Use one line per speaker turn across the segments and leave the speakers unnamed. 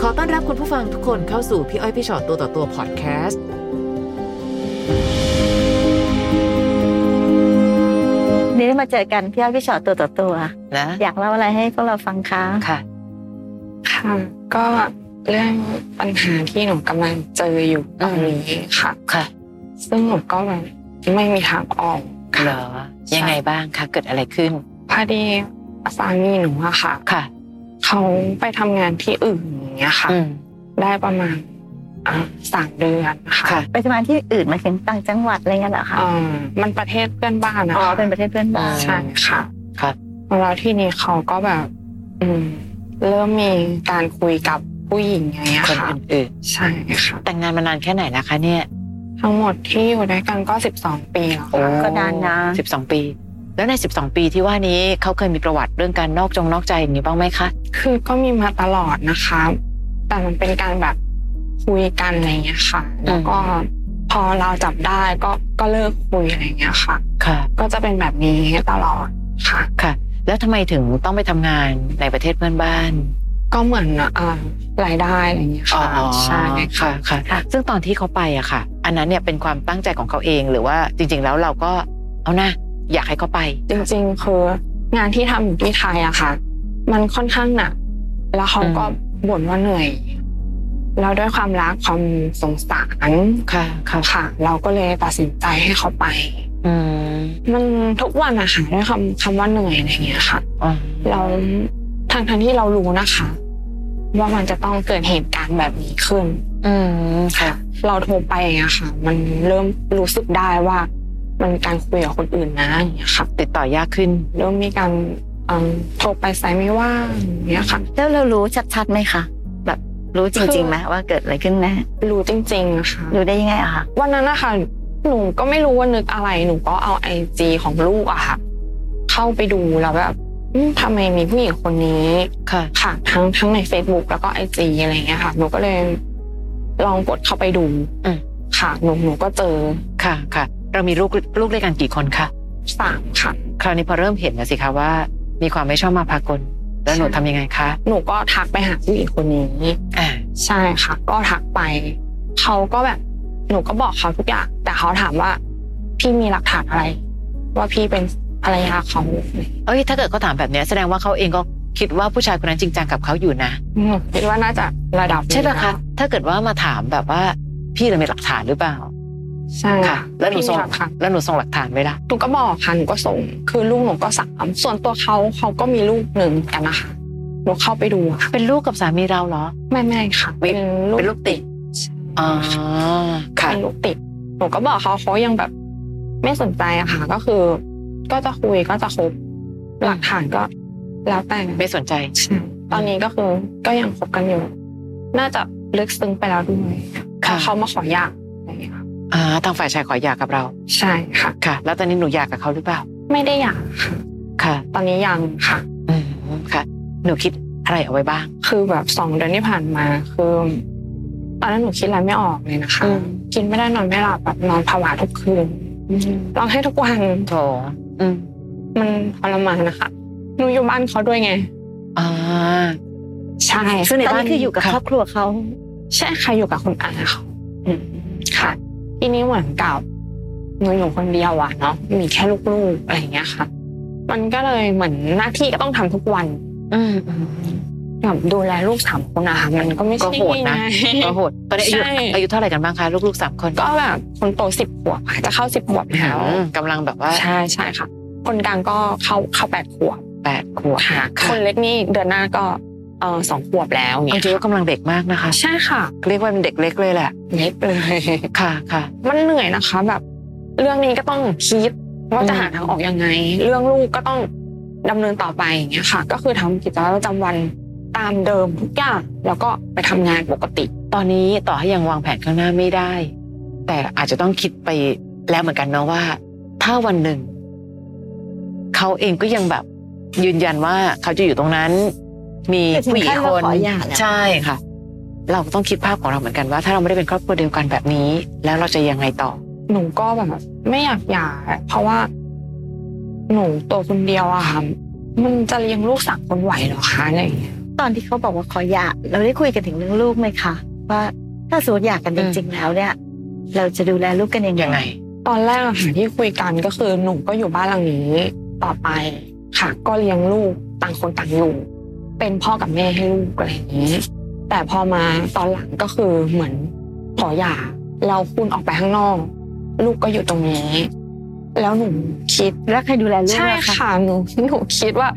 อต้อนรับคุณผู้ฟังทุกคนเข้าสู่พี่อ้อยพี่ชอตตัวต่อตัวพอดแคสต์
นี่มาเจอกันพี่อ้อยพี่ชอตตัวต่อตัว
นะ
อยากเล่าอะไรให้พวกเราฟังคะ
ค่ะ
ค่ะก็เรื่องปัญหาที่หนูกำลังเจออยู่ตอนนี้ค่ะ
ค่ะ
ซึ่งหนูก็ไม่มีทางออก
เหร
ค่ะ
อยังไงบ้างคะเกิดอะไรขึ้น
พอดีสามีหนูอะค่ะ
ค่ะ
เขาไปทำงานที่อื่นอย่างเงี้ยค่ะ
อืม
ได้ประมาณอ่ะสามเดือนนะคะ
ค่ะ
ไปทำงานที่อื่นหมายถึงต่างจังหวัดอะไรเงี้ยเหรอคะ
เอ่อมันประเทศเพื่อนบ้านนะ
อ๋อ
คะ
เป็นประเทศเพื่อนบ้าน
ใช่ค่ะ
ครับ
แล้วที่นี่เขาก็แบบ อืม เริ่มมีการคุยกับผู้หญิงอย่างเงี้ย
คน
ค่ะ
อื่น
ใช่ค่ะ
ๆแต่งงานมานานแค่ไหนแล้วคะเนี่ย
ทั้งหมดที่อยู่ด้วยกันก็ 12 ปีแล้วค่ะ
ก็นานนะ
สิบสองปี แล้วใน 12 ปีที่ว่านี้เขาเคยมีประวัติเรื่องการนอกจงนอกใจอย่างนี้บ้างไหมคะ
คือก็มีมาตลอดนะคะ แต่มันเป็นการแบบคุยกันอะไรเงี้ยค่ะ แล้วก็พอเราจับได้ก็ก็เลิกคุยอะไรเงี้ยค่ะ
ค่ะ
ก็จะเป็นแบบนี้ตลอดค่ะ
ค่ะ แล้วทำไมถึงต้องไปทำงานในประเทศเพื่อนบ้าน
ก็เหมือนอ่ารายได้อะไรเงี้ยค่ะใช่ค่ะ
ค่ะค่ะ ซึ่งตอนที่เขาไปอะค่ะ อันนั้นเนี่ยเป็นความตั้งใจของเขาเองหรือว่าจริง ๆ แล้วเราก็เอานะอยากให้เขาไป
จริงๆคืองานที่ทำอยู่ที่ไทยอะค่ะ มันค่อนข้างหนักแล้วเขาก็
อื
บ่นว่าเหนื่อยแล้วด้วยความรักความสงสาร
ค่ะค่ะ
ค่ะ เราก็เลยตัดสินใจให้เขาไป
อืม
มันทุกวันอะค่ะด้วยคำคำว่าเหนื่อยอะไรเงี้ยค่ะ
อ๋อ
เราทางทางๆที่เรารู้นะคะ ว่ามันจะต้องเกิดเหตุการณ์แบบนี้ขึ้น
อืมค่ะ
เราโทรไปอย่างเงี้ยค่ะ มันเริ่มรู้สึกได้ว่า มันการคุยกับคนอื่นนะอย่างเงี้ยค่ะ
ติดต่อยากขึ้น
เริ่มมีการเอิ่มโทรไปสายไม่ว่างอย่างเงี้ยค่ะ
แล้วเรารู้ชัดๆไหมคะแบบรู้จริงๆไหมว่าเกิดอะไรขึ้นแน่
รู้จริงๆนะคะ
รู้ได้ยังไงอะคะ
วันนั้นนะคะหนูก็ไม่รู้ว่านึกอะไรหนูก็เอาไอจีของลูกอะค่ะ เข้าไปดูแล้วแบบอืมทำไมมีผู้หญิงคนนี้
ค่ะ
ค่ะทั้งทั้งใน Facebook แล้วก็ไอจีอะไรอย่างเงี้ยค่ะ หนูก็เลยลองกดเข้าไปดู
อืม
ค่ะหนูหนูก็เจอ
ค่ะค่ะ เรามีลูกลูกด้วยกันกี่คนคะ
สามค่ะ
คราวนี้พอเริ่มเห็นนะสิคะว่า มีความไม่ชอบมาพากลแล้วหนู
ใช่
ทำยังไงคะ
หนูก็ทักไปหาผู้หญิงคนนี้
อ่า
ใช่ค่ะ ก็ทักไป เขาก็แบบ หนูก็บอกเขาทุกอย่าง แต่เขาถามว่า พี่มีหลักฐานอะไร ว่าพี่เป็นภรรยาเขา
เอ้ยถ้าเกิดเขาถามแบบเนี้ยแสดงว่าเขาเองก็คิดว่าผู้ชายคนนั้นจริงจังกับเขาอยู่นะ
หนูคิดว่าน่าจะระดับนี้น
ใช่ปะคะ ถ้าเกิดว่ามาถามแบบว่าพี่เรามีหลักฐานหรือเปล่า
ใช่
ค่ะ แล้วหนู
พี่
ส่ง
มีลักฐาน
แล้วหนูส่งหลักฐานไหมล่ะ
หนูก็บอกค่ะหนูก็ส่ง คือลูกหนูก็สามส่วนตัวเขาเขาก็มีลูกหนึ่งกันนะคะหนูเข้าไปดูค่ะ
เป็นลูกกับสามีเราเหรอ
ไม่ไม่ค่ะ เป็นลูก
เป็นลูกติด
ใช่
อ๋อ ค่ะ
เป็นลูกติดหนูก็บอกเขาเขายังแบบ ไม่สนใจอะค่ะ ก็คือ ก็จะคุยก็จะคบหลักฐานก็ แล้วแต่
ไม่สนใจ
ใช่ตอนนี้ก็คือก็ยังคบกันอยู่ น่าจะลึกซึ้งไปแล้วด้วย
ค่ะ
เขามาขอหยาอะไรอย่างเงี้ยค่ะ
อ่าทางฝ่ายชายขอหย่ากับเรา
ใช่ค่ะ
ค่ะ แล้วตอนนี้หนูหย่ากับเขาหรือเปล่า
ไม่ได้หยาค่ะ
ค่ะ
ตอนนี้ยังค่ะ
อืมค่ะ หนูคิดอะไรเอาไว้บ้าง
คือแบบสองเดือนที่ผ่านมาคือตอนนั้นหนูคิดอะไรไม่ออกเลยนะคะ
อืม
กินไม่ได้นอนไม่หลับแบบนอนผวาทุกคืนร้องไห้ทุกวัน
โถอืม
มันทรมานนะคะหนูอยู่บ้านเขาด้วยไง
อ่า
ใช่
ซึ่งใน
ตอน
บ้า
นี้คืออยู่กับ
ค่ะ
ครอบครัวเขา
ใช่ค่ะอยู่กับคุณอาเขาอืมค่ะ ทีนี้เหมือนกับหนูอยู่คนเดียวอะเนาะมีแค่ลูกๆอะไรอย่างเงี้ยค่ะ มันก็เลยเหมือนหน้าที่ก็ต้องทำทุกวัน
อืม
แบบดูแลลูกสามคนนะคะมันก็ไม่
ก็
ใช่
โหดนะ
ง่ายๆ
ก็โหด ตอนนี้อายุ
ใช่
อายุเท่าไหร่กันบ้างคะลูกๆสามคน
ก็แบบคนโตสิบขวบค่ะจะเข้าสิบขวบแล้ว
อืมกำลังแบบว่า
ใช่ใช่ค่ะ คนกลางก็เข้าเข้าแปดขวบ
แปดขวบ
ค่ะ คนเล็กนี่เดือนหน้าก็เออสองขวบแล้ว
เอา
เนี่ย
จริงๆก็กำลังเด็กมากนะคะ
ใช่ค่ะ
เรียกว่าเป็นเด็กเล็กเลยแหละ
เล็กเลย
ค่ะ ค่ะ
มันเหนื่อยนะคะ แบบ เรื่องนี้ก็ต้องคิดว่าจะหาทางออกยังไง เรื่องลูกก็ต้องดำเนินต่อไปอย่างเงี้ยค่ะ ก็คือทำกิจวัตรประจำวันตามเดิมทุกอย่างแล้วก็ไปทำงานปกติ
ตอนนี้ต่อให้ยังวางแผนข้างหน้าไม่ได้ แต่อาจจะต้องคิดไปแล้วเหมือนกันเนาะว่า ถ้าวันหนึ่ง เขาเองก็ยังแบบยืนยันว่าเขาจะอยู่ตรงนั้น มีผู้หญิงคน
ขอหย่าแล้ว
ใช่ค่ะ เราก็ต้องคิดภาพของเราเหมือนกันว่า ถ้าเราไม่ได้เป็นครอบครัวเดียวกันแบบนี้ แล้วเราจะยังไงต่อ
หนูก็แบบไม่อยากหย่าเพราะว่า หนูตัวคนเดียวอะค่ะ มันจะเลี้ยงลูกสามคนไหวเหรอคะอะไรอย่างเงี้ย
ตอนที่เขาบอกว่าขอหย่าเราได้คุยกันถึงเรื่องลูกไหมคะว่าถ้าสมมติหย่ากันจริงๆแล้วเนี่ย เราจะดูแลลูกกันยัง
ยังไง
ไง
ตอนแรกอะค่ะที่คุยกันก็คือหนูก็อยู่บ้านหลังนี้ต่อไปค่ะ ก็เลี้ยงลูกต่างคนต่างอยู่ เป็นพ่อกับแม่ให้ลูกอะไรอย่างนี้ แต่พอมาตอนหลังก็คือเหมือนขอหย่าเราคุณออกไปข้างนอก ลูกก็อยู่ตรงนี้ แล้วหนูคิด
แล้วใครดูแลลูก
ใช่
ล่ะคะ
ค่ะหนูหนูคิดว่า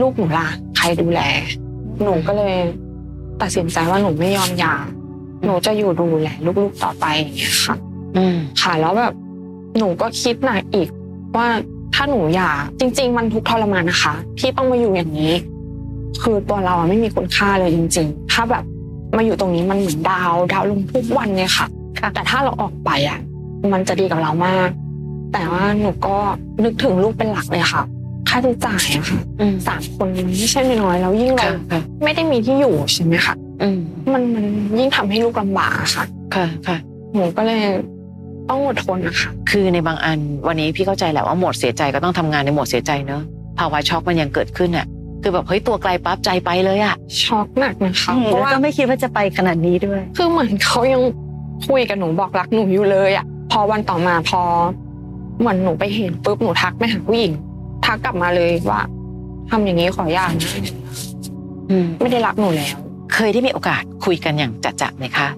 ลูกหนูล่ะใครดูแล หนูก็เลย ตัดสินใจว่าหนูไม่ยอมหย่าหนูจะอยู่ดูแลลูกๆต่อไปอย่างเงี้ยค่ะ
อืม
ค่ะแล้วแบบหนูก็คิดหนักอีกว่าถ้าหนูอยากจริง ๆ มันทุกข์ทรมานนะคะ ที่ต้องมาอยู่อย่างนี้ คือตัวเราอะไม่มีคุณค่าเลยจริง ๆ ถ้าแบบมาอยู่ตรงนี้มันเหมือนดาว ดาวลงทุกวันเลยค่ะ แต่ถ้าเราออกไปอ่ะ มันจะดีกับเรามาก แต่ว่าหนูก็นึกถึงลูกเป็นหลักเลยค่ะ ค่าใช้จ่ายอะค่ะ
อืม
สามคนมันไม่ใช่น้อยๆแล้วยิ่งเรา
ค่ะค่ะ
ไม่ได้มีที่อยู่ใช่ไหมคะ
อืม
มันมันยิ่งทำให้ลูกลำบากอะค่ะ
ค่ะค่ะ
หนูก็เลยต้องอดทนนะคะ
คือในบางอันวันนี้พี่เข้าใจแหละว่าโหมดเสียใจก็ต้องทำงานในโหมดเสียใจเนอะภาวะช็อกมันยังเกิดขึ้นอ่ะ คือแบบเฮ้ยตัวไกลปั๊บใจไปเลยอ่ะ
ช็อกหนักนะคะเพ
แล้ว
ราะว่า
ก็ไม่คิดว่าจะไปขนาดนี้ด้วย
คือเหมือนเขายังคุยกับหนูบอกรักหนูอยู่เลยอ่ะพอวันต่อมาพอ เหมือนหนูไปเห็นปุ๊บหนูทักไปหาผู้หญิงทักกลับมาเลยว่าทำอย่างนี้ขอหย่านะ
อืม
ไม่ได้รักหนูแล้ว
เคยได้มีโอกาสคุยกันอย่างจัดจะๆไหมคะ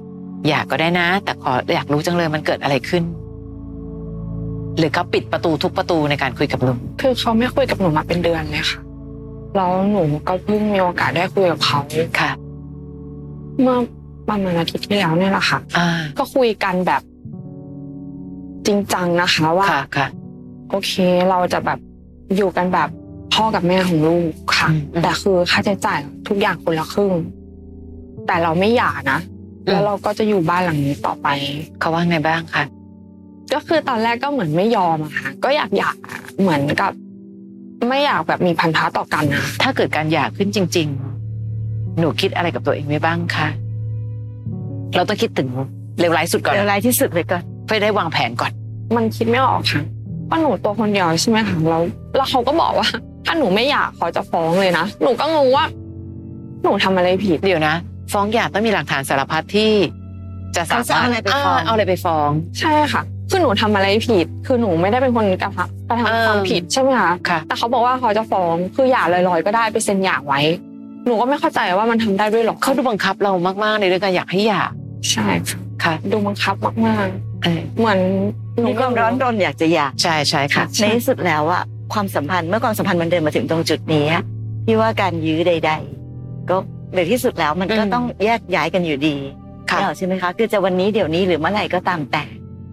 อยากก็ได้นะ แต่ขออยากรู้จังเลยมันเกิดอะไรขึ้น หรือเขาปิดประตูทุกประตูในการคุยกับลุง
คือเขาไม่คุยกับหนูมาเป็นเดือนเลยค่ะแล้วหนูก็เพิ่งมีโอกาสได้คุยกับเขา
ค่ะ
เมื่อประมาณอาทิตย์ที่แล้วเนี่ยแหละค่ะ
อ่า
ก็คุยกันแบบ จริงจังนะคะว่า
ค่ะค่ะ
โอเคเราจะแบบอยู่กันแบบพ่อกับแม่ของลูกค่ะ
อืมอืม
แต่คือค่าใช้จ่ายทุกอย่างคนละครึ่ง แต่เราไม่หย่านะ แล้วเราก็จะอยู่บ้านหลังนี้ต่อไป
เขาว่าไงบ้างคะ
ก็คือตอนแรกก็เหมือนไม่ยอมอะค่ะ ก็อยากหย่าเหมือนกับ ไม่อยากแบบมีพันธะต่อกันนะ
ถ้าเกิดการหย่าขึ้นจริง ๆ หนูคิดอะไรกับตัวเองไว้บ้างคะ เราต้องคิดถึงเลวร้ายสุดก่อน
เดี๋ยวรายที่สุดเลยก่อน
เพื่อได้วางแผนก่อน
มันคิดไม่ออกค่ะว่าหนูตัวคนเดียวใช่ไหมคะแล้วแล้วเขาก็บอกว่า ถ้าหนูไม่หย่าเขาจะฟ้องเลยนะหนูก็งงว่า หนูทำอะไรผิด
เดี๋ยวนะ ฟ้องหย่าต้องมีหลักฐานสารพัดที่ จะสา
เขาจะ
มาร
เอา
ถา
อะไรไปฟ้อง
เอาอะไรไปฟ้อง
ใช่ค่ะ คือหนูทำอะไรผิด คือหนูไม่ได้เป็นคนกระทำกระทำความ
เออ
ผิดใช่ไหมคะ
ค่ะ
แต่เขาบอกว่าเขาจะฟ้อง คือหย่าลอยๆก็ได้ไปเซ็นหย่าไว้ หนูก็ไม่เข้าใจว่ามันทำได้ด้วยหรอก
เขาดูบังคับเรามากๆในเรื่องการอยากให้หย่า
ใช่ค่ะ
ค่ะ
ดูบังคับมาก
เออ
ๆ เหมือนหนู
มีความร้อนรนอยากจะหย่า
ใช่ใช่ค่ะ
ในที่สุดแล้วอะความสัมพันธ์เมื่อความสัมพันธ์มันเดินมาถึงตรงจุดนี้อะพี่ว่าการยื้อใด ๆ ก็ในที่สุดแล้วมันก็
อืม
ต้องแยกย้ายกันอยู่ดี
ค่ะ
ไม่ออกใช่ไหมคะคือจะวันนี้เดี๋ยวนี้หรือเมื่อไหร่ก็ตามแต่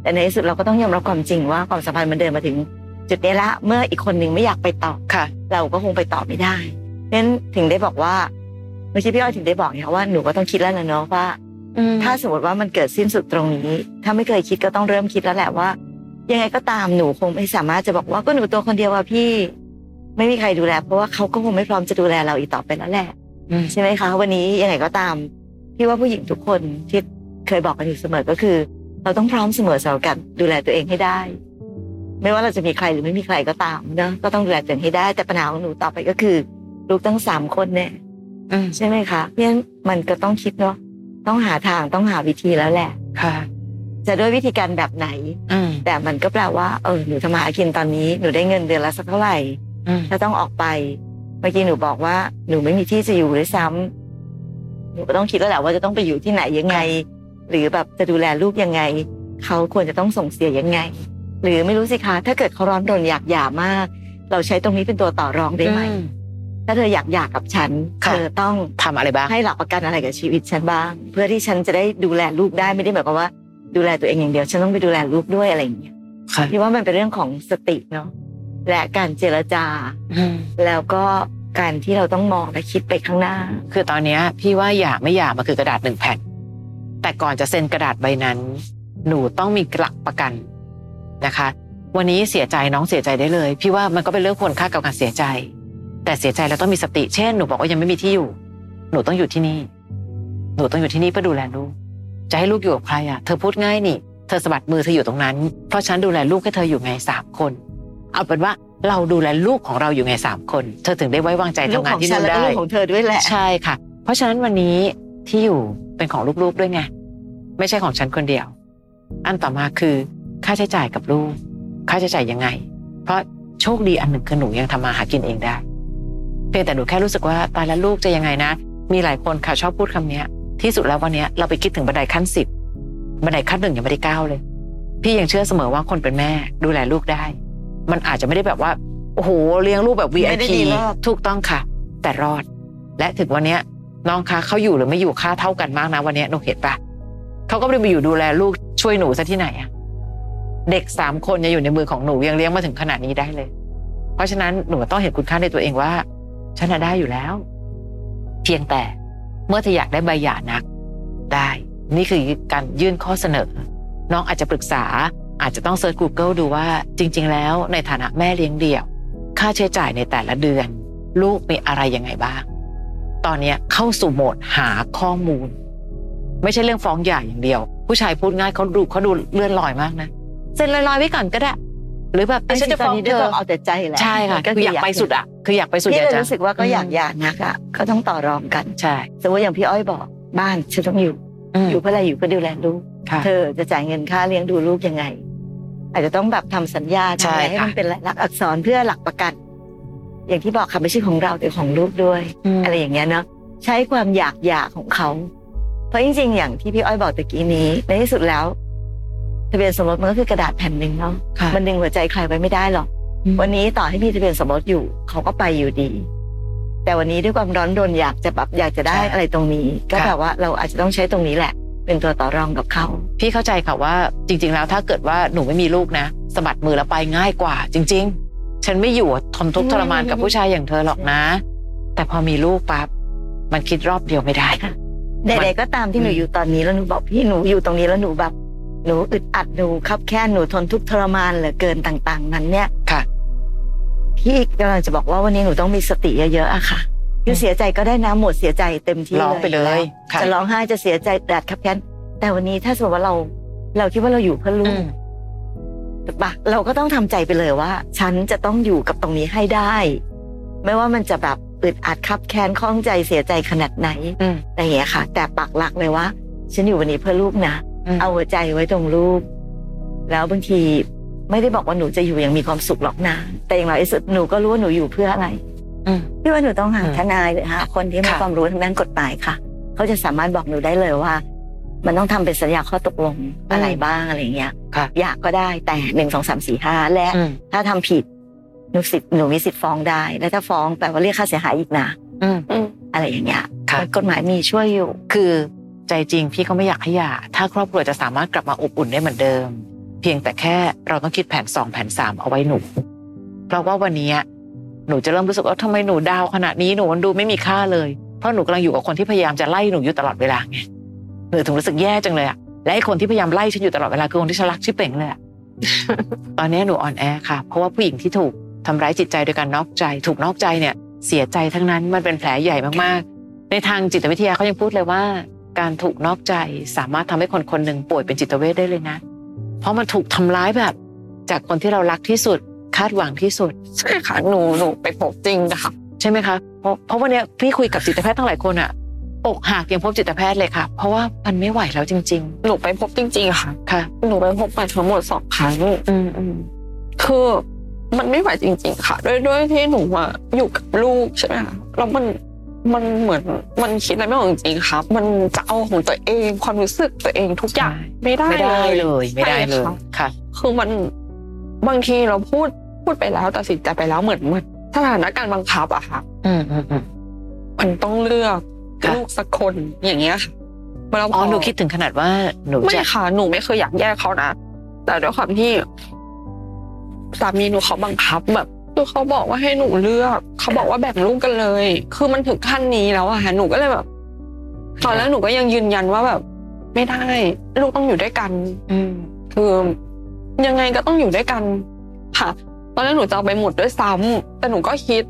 แต่ในที่สุดเราก็ต้องยอมรับความจริงว่าความสัมพันธ์มันเดินมาถึงจุดนี้ละ เมื่ออีกคนหนึ่งไม่อยากไปต่อ
ค่ะ
เราก็คงไปต่อไม่ได้เพราะฉะนั้นถึงได้บอกว่าไม่ใช่พี่อ้อยถึงได้บอกไงคะว่าหนูก็ต้องคิดแล้วนะเนาะว่า ถ้าสมมติว่ามันเกิดสิ้นสุดตรงนี้ ถ้าไม่เคยคิดก็ต้องเริ่มคิดแล้วแหละว่า ยังไงก็ตามหนูคงไม่สามารถจะบอกว่าก็หนูตัวคนเดียวอะพี่ ไม่มีใครดูแล เพราะว่าเขาก็คงไม่พร้อมจะดูแลเราอีกต่อไปแล้วแหละ
อืม
ใช่ไหมคะ วันนี้ยังไงก็ตามพี่ว่าผู้หญิงทุกคนที่เคยบอกกันอยู่เสมอก็คือ เราต้องพร้อมเสมอสำหรับการดูแลตัวเองให้ได้ ไม่ว่าเราจะมีใครหรือไม่มีใครก็ตามเนอะก็ต้องดูแลตัวเองให้ได้ แต่ปัญหาของหนูต่อไปก็คือลูกตั้งสามคนเนี่ย
อืม
ใช่ไหมคะเพราะฉะนั้นมันก็ต้องคิดเนาะต้องหาทางต้องหาวิธีแล้วแหละ
ค่ะ
จะด้วยวิธีการแบบไหน
อืม
แต่มันก็แปลว่าเออหนูทำมาหากินตอนนี้หนูได้เงินเดือนละสักเท่าไหร่
อืม
ถ้าต้องออกไปเมื่อกี้หนูบอกว่าหนูไม่มีที่จะอยู่ด้วยซ้ำหนูก็ต้องคิดแล้วแหละว่าจะต้องไปอยู่ที่ไหนยังไง หรือแบบจะดูแลลูกยังไง เขาควรจะต้องส่งเสียยังไง หรือไม่รู้สิคะถ้าเกิดเขาร้อนรนอยากหย่ามาก เราใช้ตรงนี้เป็นตัวต่อรองได้ไหม
อืม
ถ้าเธออยากหย่ากับฉัน
ค่ะ
เธอต้อง
ทำอะไรบ้าง
ให้หลักประกันอะไรกับชีวิตฉันบ้าง เพื่อที่ฉันจะได้ดูแลลูกได้ไม่ได้หมายความว่า ดูแลตัวเองอย่างเดียว ฉันต้องไปดูแลลูกด้วยอะไรอย่างเงี้ย
ค่ะ
พี่ว่ามันเป็นเรื่องของสติเนาะและการเจรจา
อืม
แล้วก็การที่เราต้องมองและคิดไปข้างหน้า
คือตอนเนี้ยพี่ว่าหย่าไม่หย่ามันคือกระดาษหนึ่งแผ่น แต่ก่อนจะเซ็นกระดาษใบนั้น หนูต้องมีหลักประกันนะคะ วันนี้เสียใจน้องเสียใจได้เลย พี่ว่ามันก็เป็นเรื่องควรค่ากับการเสียใจ แต่เสียใจเราต้องมีสติเช่นหนูบอกว่ายังไม่มีที่อยู่ หนูต้องอยู่ที่นี่ หนูต้องอยู่ที่นี่เพื่อดูแลลูกจะให้ลูกอยู่กับใครอ่ะเธอพูดง่ายนี่ เธอสะบัดมือเธออยู่ตรงนั้น เพราะฉันดูแลลูกให้เธออยู่ไงสามคน เอาเป็นว่า เราดูแลลูกของเราอยู่ไงสามคน เธอถึงได้ไว้วางใจทำ
ลูก
งา
ข
น
อง
ที่
ฉั
นั่น
นและ
ได้
ลูกของเธอด้วยแหละ
ใช่ค่ะ เพราะฉะนั้นวันนี้ที่อยู่เป็นของลูกๆด้วยไงไม่ใช่ของฉันคนเดียว อันต่อมาคือค่าใช้จ่ายกับลูก ค่าใช้จ่ายยังไง เพราะโชคดีอันหนึ่งคือหนูยังทำมาหากินเองได้ เพียงแต่หนูแค่รู้สึกว่าตายแล้วลูกจะยังไงนะ มีหลายคนค่ะชอบพูดคำเนี้ย ที่สุดแล้ววันเนี้ยเราไปคิดถึงบันไดขั้นสิบบันไดขั้นหนึ่งยังไม่ได้ก้าวเลย พี่ยังเชื่อเสมอว่าคนเป็นแม่ดูแลลูกได้ มันอาจจะไม่ได้แบบว่าโอ้โหเลี้ยงลูกแบบ
ไม่ได้
VIP
ดีมาก
ถูกต้องค่ะ แต่รอด และถึงวันเนี้ยน้องคะเขาอยู่หรือไม่อยู่ค่าเท่ากันมากนะวันเนี้ยหนูเห็นปะเขาก็ไม่ได้ไปอยู่ดูแลลูกช่วยหนูซะที่ไหนอะเด็กสามคนยังอยู่ในมือของหนูยังเลี้ยงมาถึงขนาดนี้ได้เลย เพราะฉะนั้นหนูต้องเห็นคุณค่าในตัวเองว่า ฉันน่ะได้อยู่แล้ว เพียงแต่เมื่อเธออยากได้ใบหย่านัก ได้ นี่คือการยื่นข้อเสนอ น้องอาจจะปรึกษา อาจจะต้องเซิร์ช Google ดูว่าจริง ๆ แล้วในฐานะแม่เลี้ยงเดี่ยว ค่าใช้จ่ายในแต่ละเดือน ลูกมีอะไรยังไงบ้าง ตอนเนี้ยเข้าสู่โหมดหาข้อมูล ไม่ใช่เรื่องฟ้องหย่าอย่างเดียว ผู้ชายพูดง่ายเขาดูเขาดูเลื่อนลอยมากนะเซ็นลอยๆไว้ก่อนก็ได้ หรือแบบเอ้ยฉันจะฟ้อง
นี้
เธ
ด้วย
อ
ความเอาแต่ใจแหละ
ใช่ค่ะ
ก็
คืออยากไปสุดอ่ะ คืออยากไปสุด
พี่
อยาก
เลย
จะ
รู้สึกว่าก็อยาก
อืม
อยากนักอ่ะก็ต้องต่อรองกัน
ใช่
สมมติอย่างพี่อ้อยบอกบ้านฉันต้องอยู่
อืม
อยู่เพื่ออะไรอยู่เพื่อดูแลลูก
ค่ะ
เธอจะจ่ายเงินค่าเลี้ยงดูลูกยังไง อาจจะต้องแบบทำสัญญา
ใช่
ทำอะไรให้
ค่ะ
มันเป็นลายลักษณ์อักษรเพื่อหลักประกัน อย่างที่บอกค่ะไม่ใช่ของเราแต่ของลูกด้วย
ม
อะไรอย่างเงี้ยเนาะใช้ความอยากอยากของเขา เพราะจริงๆ อย่างที่พี่อ้อยบอกตะกี้นี้ ในที่สุดแล้วทะเบียนสมรสมันก็คือกระดาษแผ่นหนึ่งเนาะ
ค่ะ
มันดึงหัวใจใครไว้ไม่ได้หรอก
อืม
วันนี้ต่อให้มีทะเบียนสมรสอยู่เขาก็ไปอยู่ดี แต่วันนี้ด้วยความร้อนรนอยากจะแบบอยากจะได้อะไรตรงนี้ ก็แบบว่าเราอาจจะต้องใช้ตรงนี้แหละ เป็นตัวต่อรองกับเขา
พี่เข้าใจค่ะว่าจริง ๆ แล้วถ้าเกิดว่าหนูไม่มีลูกนะสะบัดมือแล้วไปง่ายกว่า จริง ๆ ฉันไม่อยู่ทนทุกข์ทรมานกับผู้ชายอย่างเธอหรอกนะ แต่พอมีลูกปั๊บมันคิดรอบเดียวไม่ได้
ใดๆก็ตามที่หนู
อืม
อยู่ตอนนี้แล้วหนูบอกพี่หนูอยู่ตรงนี้แล้วหนูแบบหนูอึดอัดหนูคับแค่นหนูทนทุกข์ทรมานเหลือเกินต่าง ๆ นั้นเนี่ย
ค่ะ
พี่กำลังจะบอกว่าวันนี้หนูต้องมีสติเยอะๆอะค่ะคือเสียใจก็ได้นะหมดเสียใจเต็มที่
ร้องไปเลย
แล้ว
ค่ะ
จะร้องไห้จะเสียใจแดดคับแค้นแต่วันนี้ถ้าสมมติว่าเรา เราคิดว่าเราอยู่เพื่อลู
อื
ก
ม
ถูกปะเราก็ต้องทำใจไปเลยว่า ฉันจะต้องอยู่กับตรงนี้ให้ได้ ไม่ว่ามันจะแบบอึดอัดคับแค้นข้องใจเสียใจขนาดไหน
อืม
อะไรอย่างเงี้ยค่ะ แต่ปักหลักเลยว่า ฉันอยู่วันนี้เพื่อลูกนะ
อืม
เอาหัวใจไว้ตรงลูก แล้วบางทีไม่ได้บอกว่าหนูจะอยู่อย่างมีความสุขหรอกนะ แต่อย่างไรที่สุดหนูก็รู้ว่าหนูอยู่เพื่ออะไร
อืม
พี่ว่าหนูต้องหา
อืม
ทนายหรือหาคนที่มี
ค่ะ
ความรู้ทางด้านกฎหมายค่ะ เขาจะสามารถบอกหนูได้เลยว่า มันต้องทำเป็นสัญญาข้อตกลงอะไรบ้างอะไรอย่างเงี้ย
ค่ะ
อยากก็ได้แต่หนึ่งสองสามสี่ห้าและ
อืม
ถ้าทำผิดหนูสิทธิ์หนูมีสิทธิ์ฟ้องได้ และถ้าฟ้องแปลว่าเรียกค่าเสียหายอีกนะ
อืม
อืม
อะไรอย่างเงี้ย
ค่ะ
กฎหมายมีช่วยอยู่
คือใจจริงพี่ก็ไม่อยากให้หย่าถ้าครอบครัวจะสามารถกลับมาอบอุ่นได้เหมือนเดิม เพียงแต่แค่เราต้องคิดแผนสองแผนสามเอาไว้หนู เพราะว่าวันนี้หนูจะเริ่มรู้สึกว่าทำไมหนูดาวขนาดนี้หนูมันดูไม่มีค่าเลยเพราะหนูกำลังอยู่กับคนที่พยายามจะไล่หนูอยู่ตลอดเวลาไงหนูถึงรู้สึกแย่จังเลยอะและไอ้คนที่พยายามไล่ฉันอยู่ตลอดเวลาคือคนที่ฉันรักชื่อเป่งเลยอะ ตอนนี้หนูอ่อนแอค่ะ เพราะว่าผู้หญิงที่ถูกทำร้ายจิตใจโดยการนอกใจ ถูกนอกใจเนี่ย เสียใจทั้งนั้นมันเป็นแผลใหญ่มากๆ ในทางจิตวิทยาเขายังพูดเลยว่า การถูกนอกใจสามารถทำให้คนคนหนึ่งป่วยเป็นจิตเวชได้เลยนะ เพราะมันถูกทำร้ายแบบ จากคนที่เรารักที่สุด คาดหวังที่สุด
ใช่ค่ะหนูหนูไปพบจริงนะคะ
ใช่ไหมคะเพราะเพราะวันเนี้ยพี่คุยกับจิตแพทย์ทั้งหลายคนอะอกหักยังพบจิตแพทย์เลยค่ะ เพราะว่ามันไม่ไหวแล้วจริง
หนูไปพบจริง ๆ ค่ะ
ๆ ค่ะ
หนูไปพบมาทั้งหมดสองครั้ง
อืมอืม
คือมันไม่ไหวจริง ๆ ค่ะ ด้วยด้วยที่หนูอะอยู่กับลูกใช่ไหมคะแล้วมันมันเหมือนมันคิดอะไรไม่ออกจริงๆค่ะมันจะเอาของตัวเองความรู้สึกตัวเองทุกอย่างไม่ได้
ไม่
เล
ได้
ย
เลยไม่ได้เลย
ใช่ค่ะ
ค่ะ
คือมันบางทีเราพูดพูดไปแล้วตัดสินใจไปแล้วเหมือนเหมือนสถานการณ์บังคับอะค่ะ
อืมอืมอืม
มันต้องเลือก
ค่ะ
ลูกสักคนอย่างเงี้ยค่ะแล้วพ
อ๋อหนูคิดถึงขนาดว่าหนู
ไม่
จะ
ค่ะ หนูไม่เคยอยากแยกเขานะ แต่ด้วยความที่สามีหนูเขาบังคับแบบคือเขาบอกว่าให้หนูเลือก เขาบอกว่าแบ่งลูกกันเลย คือมันถึงขั้นนี้แล้วอะค่ะหนูก็เลยแบบ ตอนแรกหนูก็ยังยืนยันว่าแบบ ไม่ได้ ลูกต้องอยู่ด้วยกัน
อืม
คือยังไงก็ต้องอยู่ด้วยกันค่ะ ตอนแรกหนูจะเอาไปหมดด้วยซ้ำแต่หนูก็คิด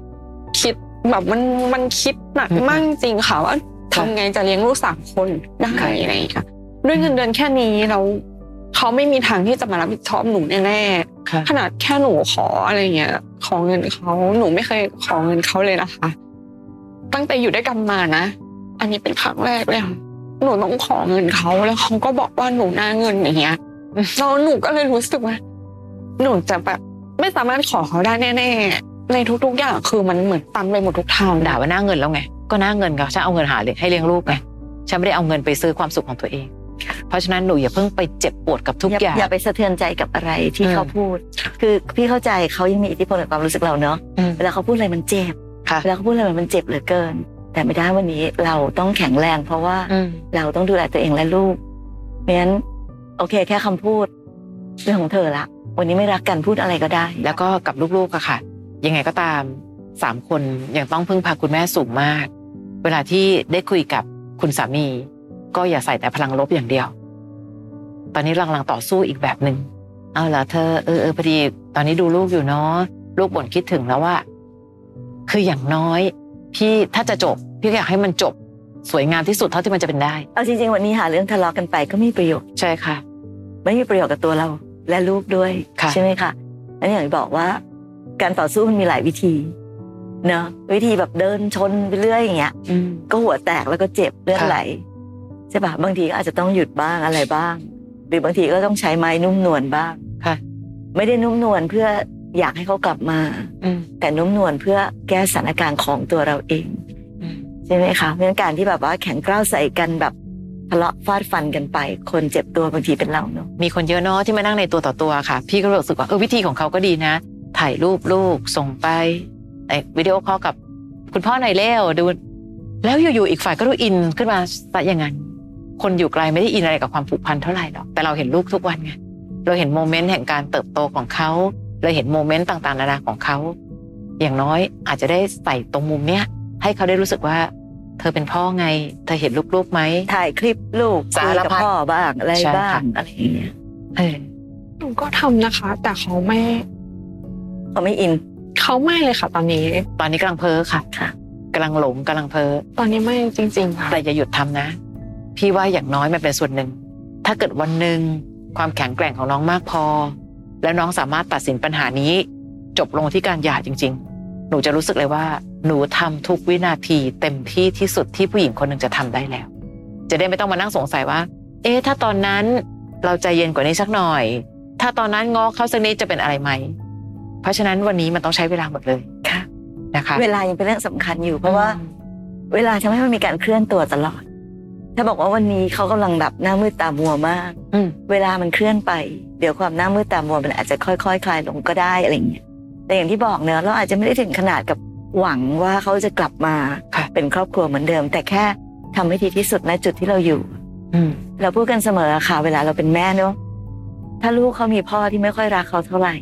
คิดแบบมันมันคิดหนักมากจริงค่ะว่าทำไงจะเลี้ยงลูกสามคนได้อะไรอย่างเงี้ยค่ะด้วยเงินเดือนแค่นี้เราเขาไม่มีทางที่จะมารับผิดชอบหนูแน่
ค่ะ
ขนาดแค่หนูขออะไรเงี้ย ขอเงินเขาหนูไม่เคยขอเงินเขาเลยนะคะ ตั้งแต่อยู่ด้วยกันมานะ อันนี้เป็นครั้งแรกเลยค่ะหนูต้องขอเงินเขาแล้วเขาก็บอกว่าหนูหน้าเงินอย่างเงี้ยแล้วหนูก็เลยรู้สึกว่า หนูจะแบบไม่สามารถขอเขาได้แน่ๆในทุก ๆ อย่างคือมันเหมือนตันไปหมดทุกทาง
ด่าว่าหน้าเงินแล้วไง ก็หน้าเงินค่ะฉันเอาเงินหาเลยให้เลี้ยงลูกไงฉันไม่ได้เอาเงินไปซื้อความสุขของตัวเอง เพราะฉะนั้นหนูอย่าเพิ่งไปเจ็บปวดกับทุกอย่าง
อย่าไปสะเทือนใจกับอะไรที่
เออ
เขาพูด คือพี่เข้าใจเขายังมีอิทธิพลกับความรู้สึกเราเนาะ
อืม
เวลาเขาพูดอะไรมันเจ็บ
ค่ะ
เวลาเขาพูดอะไรมันเจ็บเหลือเกิน แต่ไม่ได้วันนี้เราต้องแข็งแรง เพราะว่า
อืม
เราต้องดูแลตัวเองและลูกเพราะฉะนั้นโอเคแค่คำพูดเรื่องของเธอละวันนี้ไม่รักกันพูดอะไรก็ได้
แล้วก็กับลูกๆอะค่ะ ยังไงก็ตามสามคนยังต้องพึ่งพาคุณแม่สูงมาก เวลาที่ได้คุยกับคุณสามี ก็อย่าใส่แต่พลังลบอย่างเดียว ตอนนี้กำลังต่อสู้อีกแบบหนึ่งเอาเหรอเธอเออเออพอดีตอนนี้ดูลูกอยู่เนาะลูกบ่นคิดถึงแล้วว่า คืออย่างน้อย พี่ถ้าจะจบ พี่ก็อยากให้มันจบ สวยงามที่สุดเท่าที่มันจะเป็นได้
เอาจริงๆวันนี้หาเรื่องทะเลาะกันไปก็ไม่มีประโยชน์
ใช่ค่ะ
ไม่มีประโยชน์กับตัวเราและลูกด้วย
ค่ะ
ใช่ไหมคะอันนี้อย่างที่บอกว่า การต่อสู้มันมีหลายวิธีเนอะวิธีแบบเดินชนไปเรื่อยอย่างเงี้ย
อืม
ก็หัวแตกแล้วก็เจ็บเลือด
ค่ะ
ไหลใช่ปะบางทีก็อาจจะต้องหยุดบ้างอะไรบ้าง หรือบางทีก็ต้องใช้ไม้นุ่มนวลบ้าง
ค่ะ
ไม่ได้นุ่มนวลเพื่ออยากให้เขากลับมา
อืม
แต่นุ่มนวลเพื่อแก้สถานการณ์ของตัวเราเอง
อืม
ใช่ไหมคะเพราะฉะนั้นการที่แบบว่าแข็งกร้าวใส่กันแบบทะเลาะฟาดฟันกันไป คนเจ็บตัวบางทีเป็นเราเนอะ
มีคนเยอะเนาะที่มานั่งในตัวต่อตัวค่ะ พี่ก็รู้สึกว่าเออวิธีของเขาก็ดีนะ ถ่ายรูปลูกส่งไปไอ้วิดีโอคอลกับคุณพ่อหน่อยเร็วดู แล้วอยู่ๆอีกฝ่ายก็ดูอินขึ้นมาซะอย่างนั้น คนอยู่ไกลไม่ได้อินอะไรกับความผูกพันเท่าไหร่หรอกแต่เราเห็นลูกทุกวันไงเราเห็นโมเมนต์แห่งการเติบโตของเขาเราเห็นโมเมนต์ต่างๆนานาของเขา อย่างน้อยอาจจะได้ใส่ตรงมุมเนี้ยให้เขาได้รู้สึกว่า เธอเป็นพ่อไง เธอเห็นลูกๆไหม
ถ่ายคลิปลูกคุย
สาร
กับ
พัด
พ่อบ้างอะไร
ใช่
บ้าง
ค่ะ
อะไรอย่างเงี้ย
เออ
หนูก็ทำนะคะ แต่เขาไม่
เขาไม่อิน
เขาไม่เลยค่ะ ตอนนี้
ตอนนี้กำลังเพ้อค่ะ
ค่ะ
กำลังหลงกำลังเพ้อ
ตอนนี้ไม่จริงๆค่ะ
แต่อย่าหยุดทำนะ พี่ว่าอย่างน้อยมันเป็นส่วนหนึ่ง ถ้าเกิดวันหนึ่งความแข็งแกร่งของน้องมากพอ แล้วน้องสามารถตัดสินปัญหานี้ จบลงที่การหย่าจริง ๆ หนูจะรู้สึกเลยว่า หนูทำทุกวินาทีเต็มที่ที่สุดที่ผู้หญิงคนหนึ่งจะทำได้แล้ว จะได้ไม่ต้องมานั่งสงสัยว่า เอ๊ะถ้าตอนนั้นเราใจเย็นกว่านี้สักหน่อย ถ้าตอนนั้นง้อเขาสักนิดจะเป็นอะไรไหม เพราะฉะนั้นวันนี้มันต้องใช้เวลาหมดเลย
ค่ะ
นะคะ
เวลายังเป็นเรื่องสำคัญอยู่ เพราะว่าเวลาทำให้มันมีการเคลื่อนตัวตลอด ถ้าบอกว่าวันนี้เขากำลังแบบหน้ามืดตามัวมาก
อืม
เวลามันเคลื่อนไป เดี๋ยวความหน้ามืดตามัวมันอาจจะค่อยๆ คลายลงก็ได้อะไรอย่างเงี้ยแต่อย่างที่บอกเนอะเราอาจจะไม่ได้ถึงขนาดกับหวังว่าเขาจะกลับมา
ค่ะ
เป็นครอบครัวเหมือนเดิม แต่แค่ทำให้ดีที่สุดณจุดที่เราอยู่
อืม
เราพูดกันเสมอค่ะ เวลาเราเป็นแม่เนอะถ้าลูกเขามีพ่อที่ไม่ค่อยรักเขาเท่าไหร่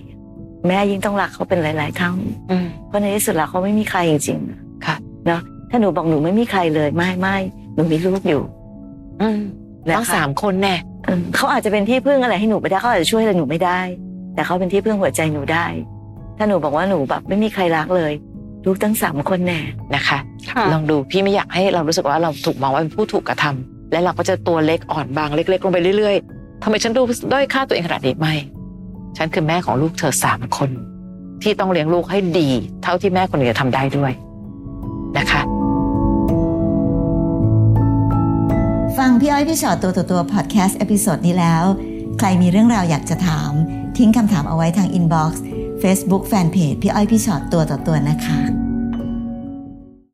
แม่ยิ่งต้องรักเขาเป็นหลาย ๆ เท่า
อืม
เพราะในที่สุดแล้วเขาไม่มีใครจริงๆน
ค่ะ
เนอะถ้าหนูบอกหนูไม่มีใครเลยไม่ไม่หนูมีลูกอยู่
อืม
นะ
ต้อง
คะ
สามคนแน่
เออเขาอาจจะเป็นที่พึ่งอะไรให้หนูไม่ได้เขาอาจจะช่วยอะไรหนูไม่ได้ แต่เขาเป็นที่พึ่งหัวใจหนูได้ ถ้าหนูบอกว่าหนูแบบไม่มีใครรักเลย ลูกตั้งสามคนแน่
นะคะ
ค่ะ
ลองดูพี่ไม่อยากให้เรารู้สึกว่าเราถูกมองว่าเป็นผู้ถูกกระทำและเราก็จะตัวเล็กอ่อนบางเล็ก ๆ ลงไปเรื่อยๆทำไมฉันดูด้อยค่าตัวเองขนาดนี้ไม่ ฉันคือแม่ของลูกเธอสามคน ที่ต้องเลี้ยงลูกให้ดี เท่าที่แม่คนอื่นจะทำได้ด้วยนะคะ
ฟังพี่อ้อยพี่ชอตตัวต่อตัวพอดแคสต์เอพิโซดนี้แล้ว ใครมีเรื่องราวอยากจะถาม ทิ้งคำถามเอาไว้ทางอินบ็อกซ์เฟซบุ๊กแฟนเพจพี่อ้อยพี่ชอตตัวต่อตัวนะคะ